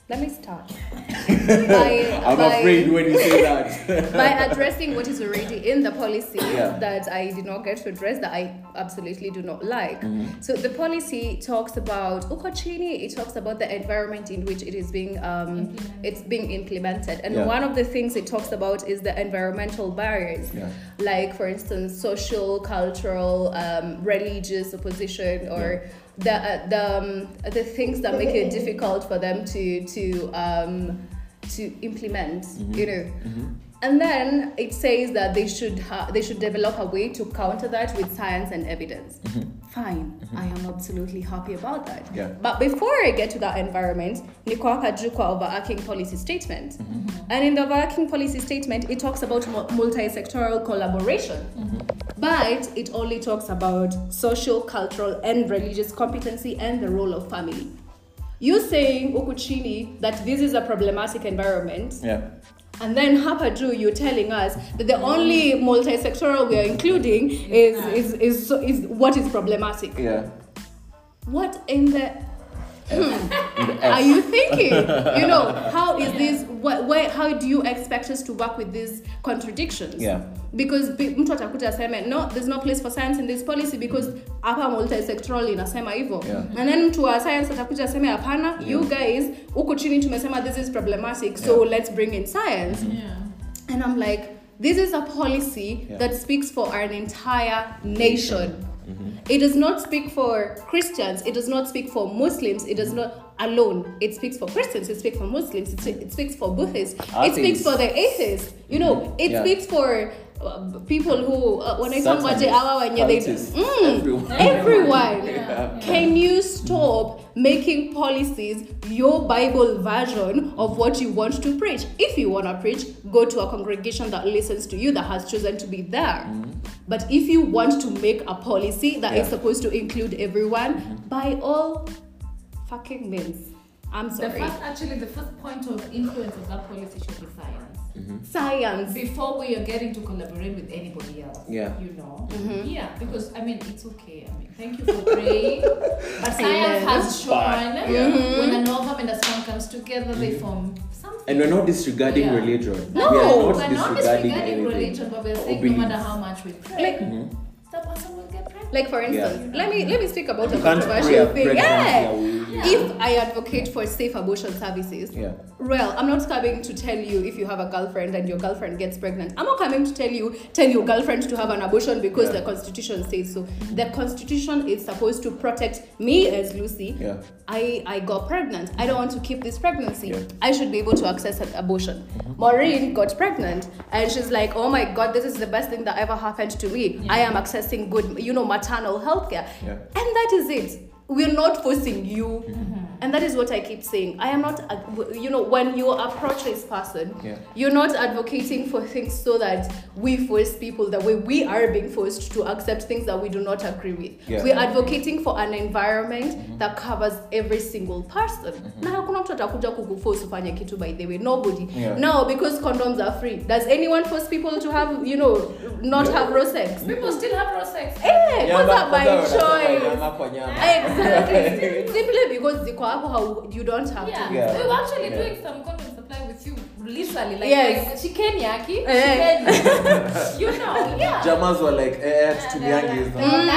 Let me start. By- [LAUGHS] i'm by- afraid when you say [LAUGHS] that by addressing what is already in the policy Yeah. that I did not get to address that I absolutely do not like. Mm-hmm. So the policy talks about Ukochini, it talks about the environment in which it is being um, Implemented. it's being implemented. And Yeah. one of the things it talks about is the environmental barriers. Yeah. Like for instance social, cultural, um, religious opposition or the uh, the um, the things that make it difficult for them to to um, to implement, Mm-hmm. you know. And then it says that they should ha- they should develop a way to counter that with science and evidence. Fine, I am absolutely happy about that. Yeah. But before I get to that environment, niko hapa juu kwa overarching policy statement. And in the overarching policy statement, it talks about mu- multi-sectoral collaboration. But it only talks about social, cultural, and religious competency and the role of family. You saying, Okuchini, that this is a problematic environment, yeah and then Hapa Drew, you're telling us that the only multi-sectoral we are including is is, is, so is what is problematic. yeah What in the hmm, The F. are you thinking? you know, [LAUGHS] how is this? What, where, how do you expect us to work with these contradictions? Yeah. Because bi- mtu atakuta aseme no, there's no place for science in this policy because hapa multisectoral inasema hivyo Yeah. and then mtu wa science atakuja aseme hapana you guys huku chini tumesema this is problematic so Yeah. let's bring in science Yeah. and I'm like, this is a policy Yeah. that speaks for an entire nation. Mm-hmm. It does not speak for Christians. It does not speak for Muslims. It does not alone. It speaks for Christians. It speaks for Muslims. It, it speaks for Buddhists. It Atheists. speaks for the atheists. You know, it Yeah. speaks for uh, people who uh, wanaitambaje Satanists, hawa wenye they cultists, Mm, everyone. everyone. Yeah. Can you stop making policies your Bible version of what you want to preach? If you want to preach, go to a congregation that listens to you, that has chosen to be there. But if you want to make a policy that Mm-hmm. Yeah. is Mm-hmm. supposed to include everyone, by all fucking means, I'm The sorry. Mm-hmm. first, actually, the first point of influence of that policy should be science. Science. Before we are getting to collaborate with anybody else, Yeah. you know, Mm-hmm. yeah, because I mean, it's okay. I mean, thank you for [LAUGHS] praying. but science Amen. has shown But, yeah. when an ovum and a sperm comes together, they form something. Mm-hmm. And we're not disregarding Yeah. religion. No, we are not we're not disregarding, disregarding anything. religion, but we're Or saying no beliefs. matter how much we pray, Like- Mm-hmm. that person will get pregnant. Like for instance, let me let me speak about You a can't pray controversial a thing. pregnancy Yeah. away. If I advocate for safe abortion services, Yeah. Well, I'm not coming to tell you if you have a girlfriend and your girlfriend gets pregnant. I'm not coming to tell you tell your girlfriend to have an abortion because Yeah. the constitution says so. The constitution is supposed to protect me as Lucy. Yeah. I, I got pregnant. I don't want to keep this pregnancy. Yeah. Mm-hmm. I should be able to access an abortion. Maureen got pregnant and she's like, oh my God, this is the best thing that ever happened to me. I am accessing good, you know, maternal health care. Yeah. And that is it. We're not forcing you. Mm-hmm. And that is what I keep saying. I am not, ad- you know, when you approach this person, Yeah. you're not advocating for things so that we force people the way we are being forced to accept things that we do not agree with. Yeah. We're advocating for an environment Mm-hmm. that covers every single person. Na hakuna mtu atakuja kukuforce ufanye kitu by the way. Nobody. Yeah. Now because condoms are free. Does anyone force people to have, you know, not have raw Mm-hmm. sex? People still have raw sex. Eh, kwanza Nyama- by kwanza wanasema choice. nyama kwa nyama. [LAUGHS] Exactly. Simply because ziko hapo how you don't have Yeah. to. Yeah. we were actually Yeah. doing some condom supply with you, literally. Like, Yes. like Chikeni, Aki. [LAUGHS] Eh. Chikeni. you know, yeah. Jamas were like, eh, tutumiange hizo. Mm.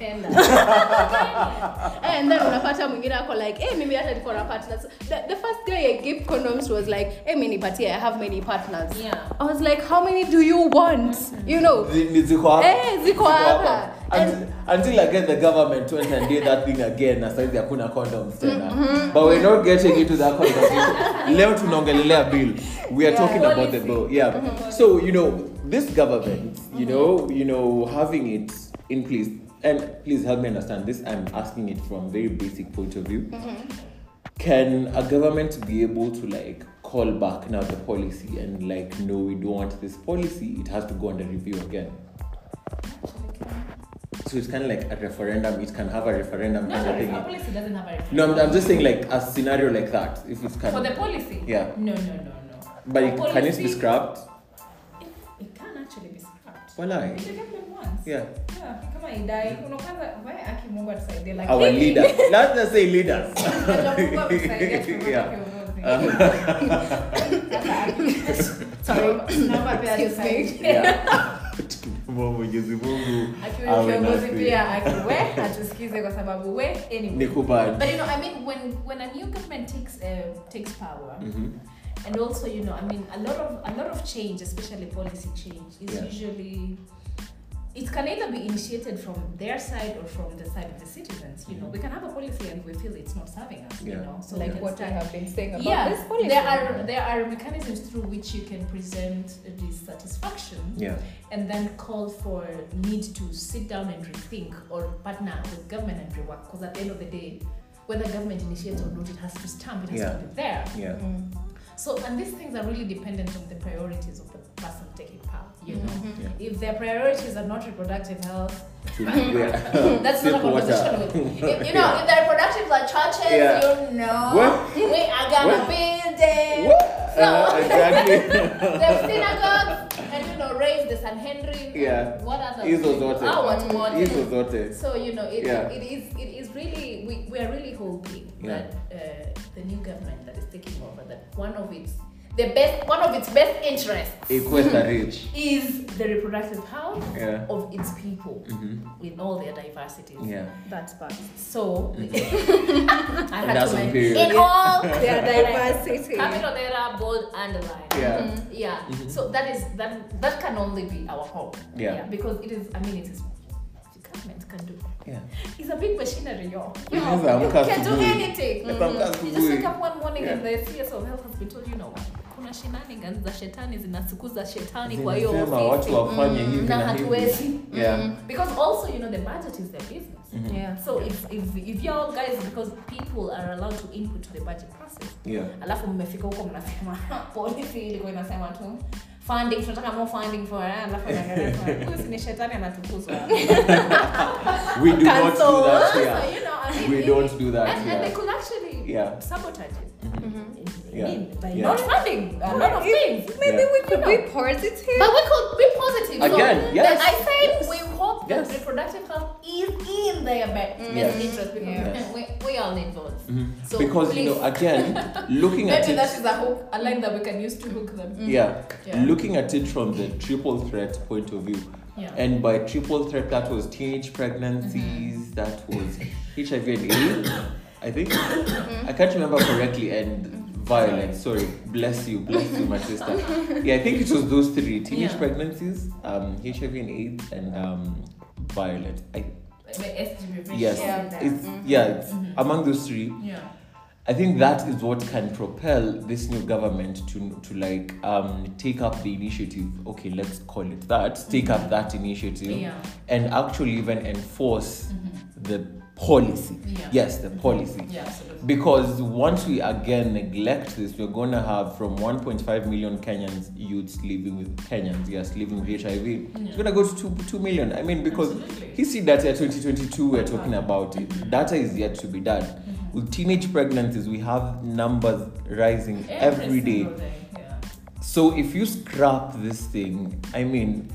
Mm, [LAUGHS] Eh, and then unapata mwingine ako like eh mimi hata niko na partners the, the first guy i gave condoms was like eh mimi nipatie i have many partners Yeah. i was like how many do you want you know Zi- ni ziko hapa. Eh, ziko hapa. Until- until again the government went and did that thing again na saizi hakuna condoms tena but we're not getting into that conversation leo tunaongelelea bill we are Yeah. talking about the bill yeah so you know this government you know you know having it in place and please help me understand this i'm asking it from very basic point of view Mhm. can a government be able to like call back now the policy and like no we don't want this policy it has to go under review again so it's kind of like a referendum it can have a referendum kind of thing no I'm, I'm just saying like a scenario like that if it's kind For the of policy? Yeah. No, no, no, no. but For it, can it be policy, scrapped It, it can actually be scrapped. well i It happened once. yeah Yeah, kama idai unakwanza why akimungu atusaidie like our hili, [LAUGHS] leader let's just say leaders Mungu atusaidie [LAUGHS] tuondoke Yeah. Uh-huh. kiongozi. [LAUGHS] Sorry. Naomba pia Excuse me. atusaidie. yeah Mungu, Mwenyezi Mungu akiwe awe kiongozi nasi. pia akiwe hatusikize kwa sababu we anyway. Nikubali. But you know, I mean, when when a new government takes um, takes power, Mhm. and also you know, I mean, a lot of a lot of change, especially policy change, is Yeah. usually it can either be initiated from their side or from the side of the citizens. You know, we can have a policy and we feel it's not serving us. You Yeah. know, so like we can what say, i have been saying about yeah, this policy there are there are mechanisms through which you can present dissatisfaction yeah and then call for need to sit down and rethink or partner with government and rework because at the end of the day whether government initiates or not it has to stamp it has Yeah. to be there yeah Mm. so and these things are really dependent on the priorities of the person taking power you know Yeah. if their priorities are not reproductive health [LAUGHS] [LAUGHS] yeah [LAUGHS] that's not a Sip water. conversation with if, you know if their productives are churches Yeah. you know What? we are gonna What? build them Uh, exactly the synagogues and you know raise the Sanhedrin. Yeah. What other? hizo zote Ah, [LAUGHS] what more? hizo zote So you know it, Yeah. it is it is really we, we are really hoping that uh, the new government that is taking over that one of its the best one of its best interests equesta rich is the reproductive health Yeah. of its people Mhm. in all their diversities. yeah that's bad [LAUGHS] So I And that's on men- period. in all their diversity. Capital letter, bold, underline. yeah Mm-hmm. Yeah. So that is that that can only be our hope. Yeah. Because it is I mean it is the government can do. yeah It's a big machinery, yo. You, Unaweza know, you amka can do asubuhi. anything. Unaweza amka Mm-hmm. You just asubuhi. wake up one morning Yeah. and the CS of health has been told, you know what? Kuna shenanigans za shetani zinasukuza shetani kwa hiyo zinasema watu ofisi wafanye hivi na na hivi hatuwezi Yeah. Mm. because also you know the budget is their business Mhm. Yeah. so if, if, if you're guys because people are allowed to input to the budget process yeah alafu mmefika huko mnasema policy ilikuwa inasema tu funding tunataka more funding for eh, alafu anaangalia kwa, huyu si ni shetani [LAUGHS] anatukuzwa we do not do Cancel. that So, here you know, I mean, we it- don't do that and, and they here could actually Yeah. Mm-hmm. sabotage it Mhm. I Yeah. mean, by Yeah. not funding a lot of things Maybe Yeah. we could be positive. but we could be positive Again, so yes. I said we hope that Yes. reproductive health is in their best Mm. Yes. interest because Yeah. [LAUGHS] we, we are all involved Mhm. So, because you know please. again [LAUGHS] looking at maybe it that is a hook a line that we can use to hook them Mm. yeah Yeah. looking at it from the triple threat point of view yeah And by triple threat, that was teenage pregnancies, Mm-hmm. that was HIV and AIDS, I think. Mm-hmm. I can't remember correctly, and Mm. violence. Sorry, bless you, bless you, my [LAUGHS] sister. Yeah, I think it was those three teenage Yeah. pregnancies, um, HIV and AIDS, and um, violence. I, the SGB yes, Yeah. it's, Mm-hmm. yeah, it's among those three. yeah I think that is what can propel this new government to to like um, take up the initiative. Okay, let's call it that. Take up that initiative Yeah. Mm-hmm. and actually even enforce the policy. Yeah. Yes, the policy. yeah absolutely Because once we again neglect this, we're gonna have from 1.5 million Kenyans youths living with Kenyans, yes, living with HIV. It's Yeah. gonna go to two, 2 million. I mean, because Mm-hmm. Absolutely. history data 2022 we're talking about it. Data is yet to be done. Mm-hmm. With teenage pregnancies, we have numbers rising every day. single day, yeah. So if you scrap this thing, I mean,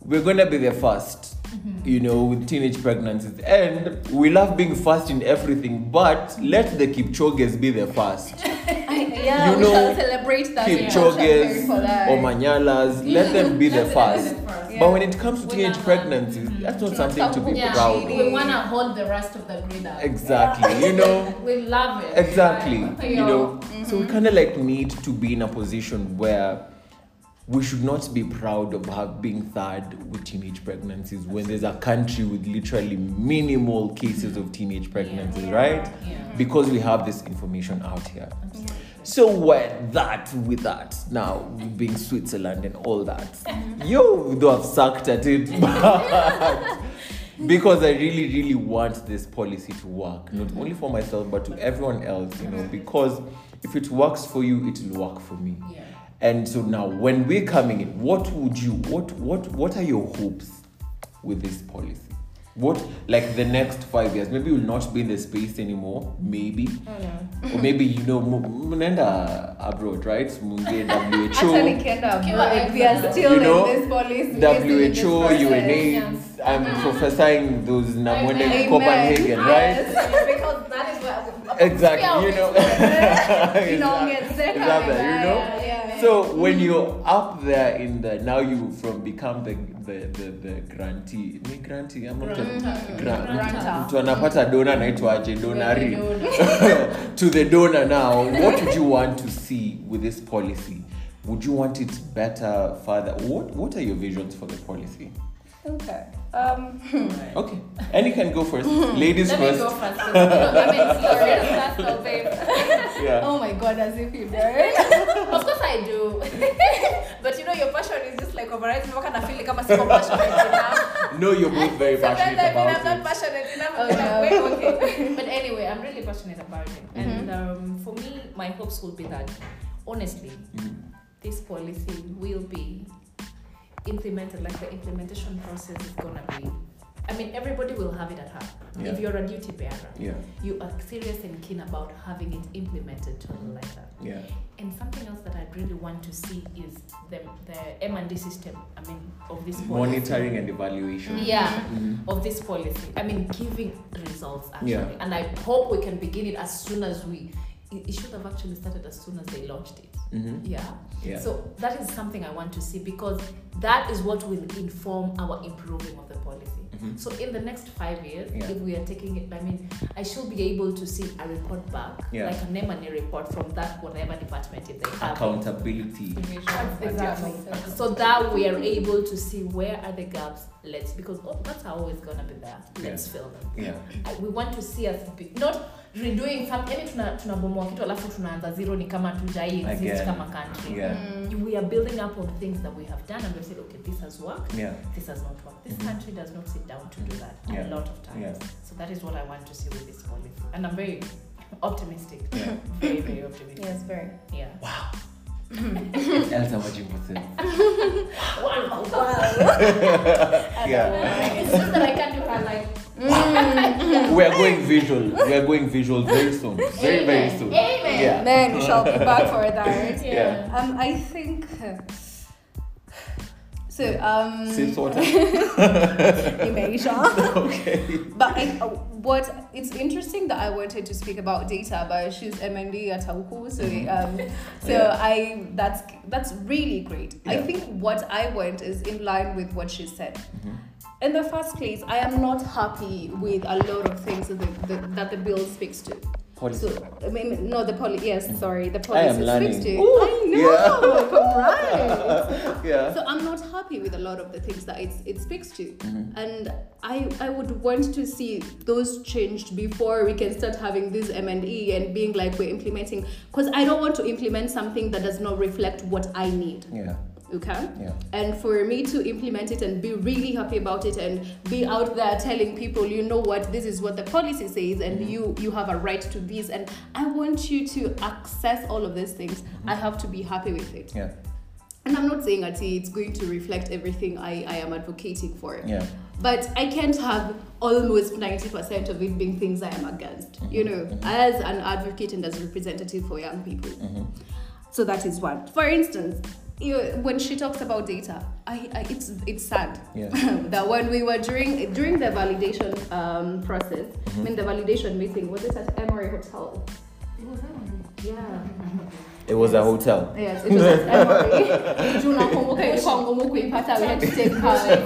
we're gonna be there 1st You know, with teenage pregnancies, and we love being first in everything. But let the Kipchoges be the first. yeah, You we know, shall celebrate that. in Russia Kipchoges, for that. Omanyalas, let them be [LAUGHS] the That's first. the first. But when it comes to We teenage love that. pregnancies, that's not Not something to something be Yeah. proud of. shady. we want to hold the rest of the grid up. Exactly, you know. We love it. Exactly, Like, you know. So we kind of like need to be in a position where we should not be proud of have being third with teenage pregnancies when there's a country with literally minimal cases of teenage pregnancies, right? Yeah. Because we have this information out here. So we're that with that now, being Switzerland and all that. Yo, though I've sucked at it, [LAUGHS] but because I really, really want this policy to work, not only for myself but to everyone else, you know, because if it works for you, it'll work for me. Yeah. And so now when we're coming in, what would you what what what are your hopes with this policy? What like the next five years? Maybe you'll not be in the space anymore, maybe. Or maybe you know mu- mnaenda abroad, right? [LAUGHS] Mungeenda Actually, WHO. Kenda, Okay, right, we are well, still you know, in this policy. WHO, Yeah. UNAIDS, I'm prophesying those Namwende Amen. in Copenhagen, right? because that is what Exactly, [LAUGHS] you know. You know, [LAUGHS] Exactly. it's that, Love that, you know? Yeah, yeah. So when you're up there in the now you from become the the the, the grantee ni grantee ama mtu- gra- Grantor. mtu anapata dona anaitwaje donari Donor. [LAUGHS] to the donor now what would you want to see with this policy would you want it better further what what are your visions for the policy okay. Um, okay and you can go first ladies [LAUGHS] Let me go first first. 'cause, you know, that makes you very successful, babe. yeah oh my God, as if you dare. Of course I do. but you know, your passion is just like overrides me. What kind of feeling? I'm super passionate enough. no you're both very [LAUGHS] Sometimes passionate I mean I'm about not it passionate enough. Oh, I'm no. like, wait, okay. But anyway, I'm really passionate about it. And um, for me, my hopes will be that, honestly, Mhm. this policy will be implemented. Like the implementation process is gonna be. I mean, everybody will have it at heart. Yeah. If you're a duty bearer, yeah you are serious and keen about having it implemented to the letter. yeah And something else that I really want to see is the the M and D system. I mean, of this policy. monitoring and evaluation Yeah Mhm. of this policy. I mean, giving results actually, Yeah. and I hope we can begin it as soon as we. It, it should have actually started as soon as they launched it. Mhm. Yeah. Yeah. So that is something I want to see because that is what will inform our improving of the policy. Mhm. So in the next five years, Yeah. if we are taking it, I mean, I should be able to see a report back, Yeah. like a name and a report from that whatever department if they have. it. accountability. Exactly. So that we are able to see where are the gaps. Let's because oh, gaps are always gonna be there. Let's fill them. Yeah. I- We want to see us be, not redoing fact yani tuna- tunabomoa kitu alafu tunaanza zero ni kama tujai exist Again. kama country Yeah. Mm. we are building up on things that we have done and we've said okay this has worked Yeah. this has not worked this Mhm. country does not sit down to do that Yeah. a lot of times Yeah. so that is what i want to see with this policy and i'm very optimistic Yeah. very very optimistic Yes, very. yeah Wow. Elsa Wajimbusi. wow [LAUGHS] Yeah. it's just that i can't do her like Mm, We are going visual. We are going visual very soon. Very, very Amen. soon. Amen. Yeah. Man, we shall be back for that. Yeah. yeah Um, I think. So um. Sip water. [LAUGHS] in Asia. But I, uh, what it's interesting that I wanted to speak about data, but she's MND at Tauku, [LAUGHS] so um, so Mm-hmm. Yeah. I that's that's really great. I Yeah. think what I want is in line with what she said. Mm-hmm. In the first place, I am not happy with a lot of things that the, the, that the bill speaks to. Policy. Mm-hmm. So I mean, no, the policy. Yes, sorry, the I am policy learning. speaks to. Ooh, I [LAUGHS] know, right. yeah. So I'm not happy with a lot of the things that it's, it speaks to, and I I would want to see those changed before we can start having this M and E and being like we're implementing because I don't want to implement something that does not reflect what I need. Yeah. Okay. Yeah. And for me to implement it and be really happy about it and be out there telling people, you know what, this is what the policy says, and you you have a right to this, and I want you to access all of these things. I have to be happy with it. Yeah. And I'm not saying that it's going to reflect everything I, I am advocating for. Yeah. But I can't have almost 90% of it being things I am against, you know, as an advocate and as a representative for young people. Mm-hmm. So that is one. For instance, you, when she talks about data, I, I, it's, it's sad [COUGHS] Yeah. that when we were during during the validation um, process, I mean the validation meeting, was it at Emory Hotel? Yeah. It was a hotel. Yes, it was at Emory. Juu nakumbuka ilikuwa ngumu kuipata, we had to take her.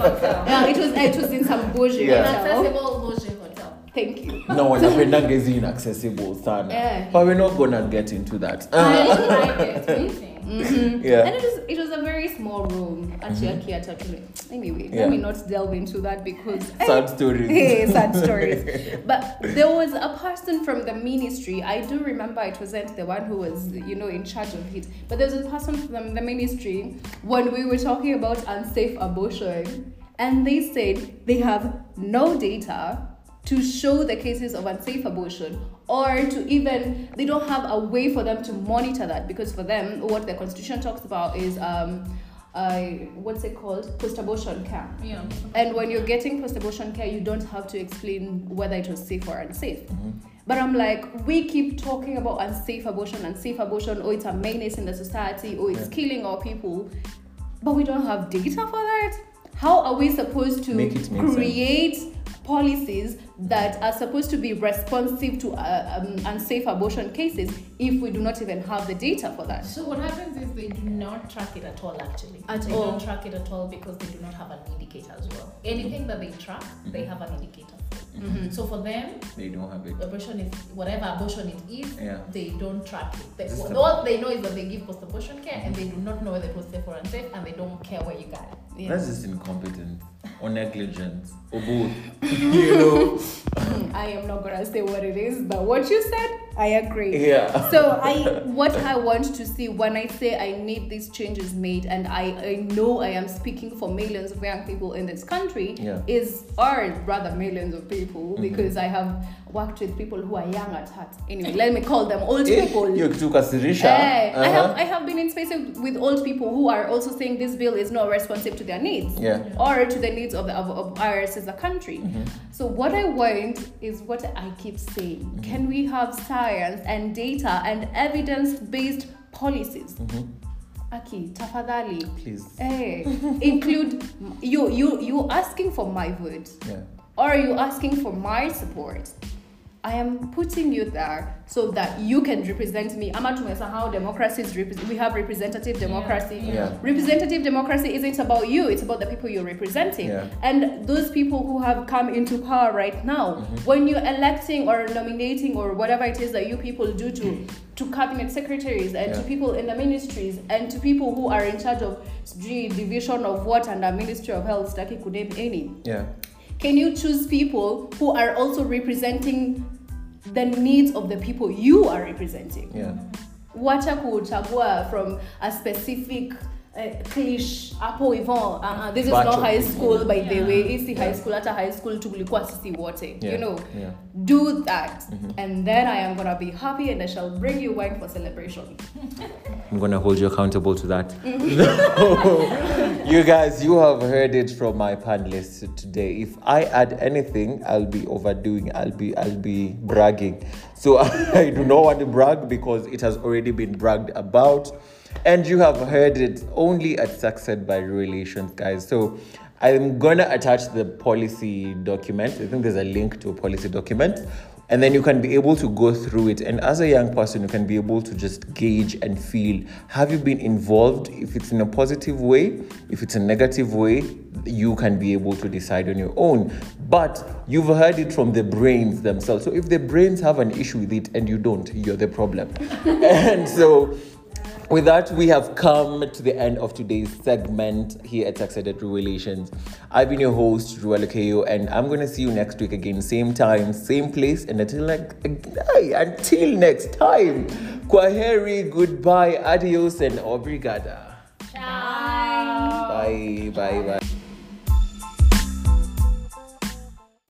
Yeah, it was it was in some bougie Yeah. hotel. Inaccessible Moshi hotel. Thank you. No, wanapendanga hizi inaccessible sana. Eh. But we're not gonna get into that. Uh, I like it. Amazing. Mm-hmm. yeah. Mm-hmm. And it was it was a very small room at Yakiata. Anyway, Yeah. let me not delve into that because Sad [LAUGHS] stories. Hey, sad stories. But there was a person from the ministry. I do remember it wasn't the one who was, you know, in charge of it. But there was a person from the ministry when we were talking about unsafe abortion, and they said they have no data to show the cases of unsafe abortion or to even they don't have a way for them to monitor that because for them what the constitution talks about is um uh, what's it called post-abortion care Yeah. and when you're getting post abortion care, you don't have to explain whether it was safe or unsafe. Mm-hmm. But I'm like, we keep talking about unsafe abortion, unsafe abortion, or it's a menace in the society, or it's Yeah. killing our people. But we don't have data for that. How are we supposed to Make it make sense. create policies that are supposed to be responsive to uh, um, unsafe abortion cases if we do not even have the data for that? So what happens is they do not track it at all actually. At they all. don't track it at all because they do not have an indicator as well. Anything that they track, they have an indicator for. So for them, They don't have it. abortion is whatever abortion it is, Yeah. they don't track it. They, Just what, a- all they know is that they give post abortion care and they do not know whether it was safe or unsafe and they don't care where you got it. Yeah. That's just incompetence or negligence or both. [LAUGHS] you know? Hmm, I am not gonna say what it is, but what you said, I agree. Yeah. so I what I want to see when I say I need these changes made and I, I know I am speaking for millions of young people in this country Yeah. Mm-hmm. is or rather millions of people because I have worked with people who are young at heart. Anyway, let me call them old Eh, people. hiyo kitu kasirisha. Eh, I have Uh-huh. I have been in spaces with old people who are also saying this bill is not responsive to their needs Yeah. Mm-hmm. or to the needs of, the, of, of ours as a country. So what I want is what I keep saying: can we have science and data and evidence-based policies? Aki, tafadhali. Mm-hmm. Please. Eh, include you you you asking for my vote Yeah. or are you asking for my support? I am putting you there so that you can represent me. Ama tumesahau democracy is repre- we have representative democracy. Yeah. Representative democracy isn't about you, it's about the people you're representing. Yeah. And those people who have come into power right now, Mm-hmm. when you're electing or nominating or whatever it is that you people do to to cabinet secretaries and to Yeah. people in the ministries and to people who are in charge of sijui division of what and the ministry of health, staki could name any Yeah. can you choose people who are also representing the needs of the people you are representing yeah wacha kuchagua from a specific uh, clish hapo hivo uh-uh, this is Batch not of high people. school by the Yeah. way hii si high school hata high school tulikuwa sisi wote yeah Mm-hmm. you know yeah do that and then i am gonna be happy and i shall bring you wine for celebration I'm gonna hold you accountable to [LAUGHS] [LAUGHS] that. you guys, you have heard it from my panelists today. If I add anything, I'll be overdoing. I'll be I'll be bragging. So [LAUGHS] I do not want to brag because it has already been bragged about. And you have heard it only at Succeed by Relations, guys. So I'm gonna attach the policy document. I think there's a link to a policy document and then you can be able to go through it and as a young person you can be able to just gauge and feel have you been involved if it's in a positive way if it's a negative way you can be able to decide on your own but you've heard it from the brains themselves so if the brains have an issue with it and you don't you're the problem [LAUGHS] and so with that, we have come to the end of today's segment here at Succeeded Relations. I've been your host, Ruel Keo, and I'm going to see you next week again, same time, same place, and until, like, until next time. Kwaheri, goodbye, adios, and obrigada. Ciao. Bye, bye, bye.